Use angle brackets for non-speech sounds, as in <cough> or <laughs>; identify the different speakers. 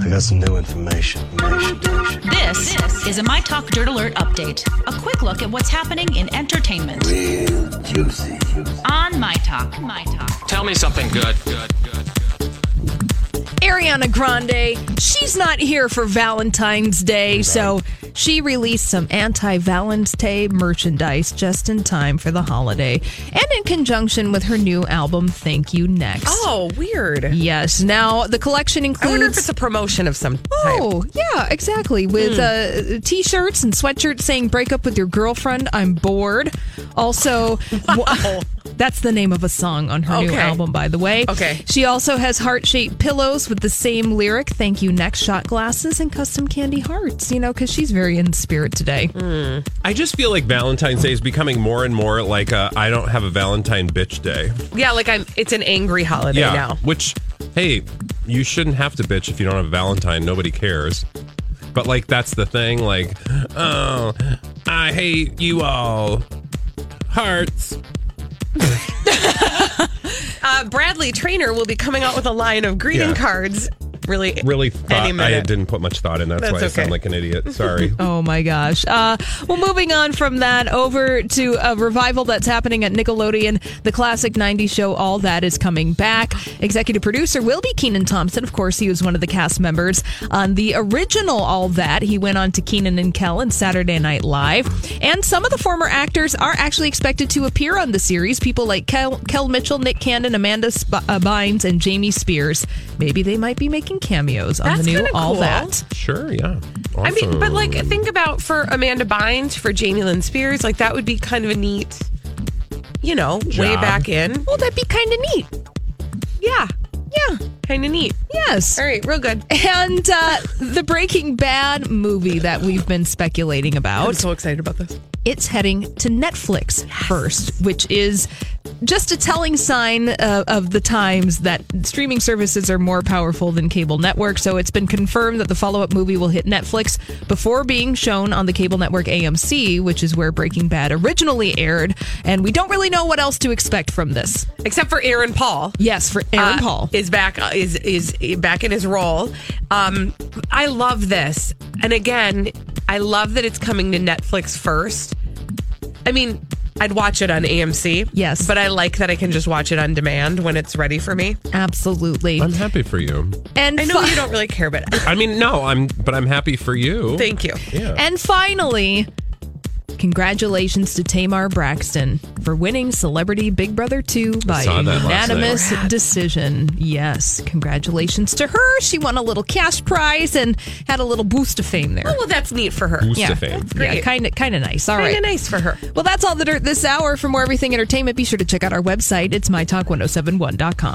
Speaker 1: I got some new information.
Speaker 2: This is a My Talk Dirt Alert update. A quick look at what's happening in entertainment
Speaker 1: Juicy.
Speaker 2: on My Talk. My Talk.
Speaker 3: Tell me something good. Good, good, good.
Speaker 4: Ariana Grande, she's not here for Valentine's Day, so she released some anti Valentine's Day merchandise just in time for the holiday and in conjunction with her new album, Thank You Next.
Speaker 5: Oh, weird.
Speaker 4: Yes. Now, the collection
Speaker 5: I wonder if
Speaker 4: includes.
Speaker 5: it's a promotion of some type. Hmm.
Speaker 4: Oh, yeah, exactly. With uh, t shirts and sweatshirts saying, Break up with your girlfriend, I'm bored.
Speaker 5: <laughs>
Speaker 4: Also,
Speaker 5: Wow.
Speaker 4: that's the name of a song on her new
Speaker 5: Okay.
Speaker 4: album, by the way.
Speaker 5: Okay.
Speaker 4: She also has heart shaped pillows with the same lyric, thank you, next shot glasses, and custom candy hearts, you know, because she's very in spirit today.
Speaker 6: I just feel like Valentine's Day is becoming more and more like I I don't have a Valentine bitch day.
Speaker 5: Yeah, like I'm. It's an angry holiday now.
Speaker 6: Which, hey, you shouldn't have to bitch if you don't have a Valentine. Nobody cares. But like that's the thing. Like, oh, I hate you all. Hearts.
Speaker 5: Uh, Bradley Trainer will be coming out with a line of greeting
Speaker 6: Yeah.
Speaker 5: cards. Really,
Speaker 6: Really thought
Speaker 5: Any
Speaker 6: I
Speaker 5: minute.
Speaker 6: didn't put much thought in. That's,
Speaker 5: That's
Speaker 6: why I sound
Speaker 5: okay.
Speaker 6: like an
Speaker 5: <laughs>
Speaker 6: idiot. Sorry.
Speaker 4: Oh my gosh. Uh, well, moving on from that over to a revival that's happening at Nickelodeon. The classic 90s show All That is coming back. Executive producer will be Keenan Thompson. Of course, he was one of the cast members on the original All That. He went on to Keenan and Kel and Saturday Night Live. And some of the former actors are actually expected to appear on the series. People like Kel, Kel Mitchell, Nick Cannon, Amanda Sp- uh, Bynes, and Jamie Spears. Maybe they might be making cameos on
Speaker 5: That's
Speaker 4: the new
Speaker 5: kinda
Speaker 4: All
Speaker 5: cool.
Speaker 4: That.
Speaker 6: sure. Yeah.
Speaker 5: I mean, but like,
Speaker 6: Awesome.
Speaker 5: think about for Amanda Bynes, for Jamie Lynn Spears, like that would be kind of a neat, you know, way
Speaker 6: Job.
Speaker 5: back in.
Speaker 4: Well, that'd be kind of neat.
Speaker 5: Yeah,
Speaker 4: Yeah.
Speaker 5: kind of neat.
Speaker 4: Yes.
Speaker 5: All right, real good.
Speaker 4: And uh, the Breaking Bad movie that we've been speculating
Speaker 5: I'm
Speaker 4: about,
Speaker 5: so excited about this.
Speaker 4: it's heading to Netflix first, which is just a telling sign uh, of the times that streaming services are more powerful than cable networks. So it's been confirmed that the follow-up movie will hit Netflix before being shown on the cable network AMC, which is where Breaking Bad originally aired. And we don't really know what else to expect from this.
Speaker 5: Except for Aaron Paul.
Speaker 4: Yes, for Aaron
Speaker 5: uh,
Speaker 4: Paul.
Speaker 5: is back is is back in his role. Um, I love this, and again, I love that it's coming to Netflix first. I mean, I'd watch it on AMC,
Speaker 4: Yes.
Speaker 5: but I like that I can just watch it on demand when it's ready for me.
Speaker 4: Absolutely.
Speaker 6: I'm happy for you.
Speaker 4: And
Speaker 5: I <laughs> know
Speaker 4: fi-
Speaker 5: you don't really care, but
Speaker 6: I mean, no, I'm, but I'm happy for you.
Speaker 5: thank you.
Speaker 6: Yeah.
Speaker 4: And finally, congratulations to Tamar Braxton for winning Celebrity Big Brother 2 by
Speaker 6: saw
Speaker 4: a
Speaker 6: that last night.
Speaker 4: unanimous decision. Yes, congratulations to her. She won a little cash prize and had a little boost of fame there.
Speaker 5: Oh, Well, that's neat for her.
Speaker 6: Boost
Speaker 4: yeah,
Speaker 6: of fame.
Speaker 4: yeah, kind of, kind of nice. All right.
Speaker 5: Kind of nice for her.
Speaker 4: oh Well, that's all the dirt this hour. For more everything entertainment, be sure to check out our website. It's mytalk1071.com.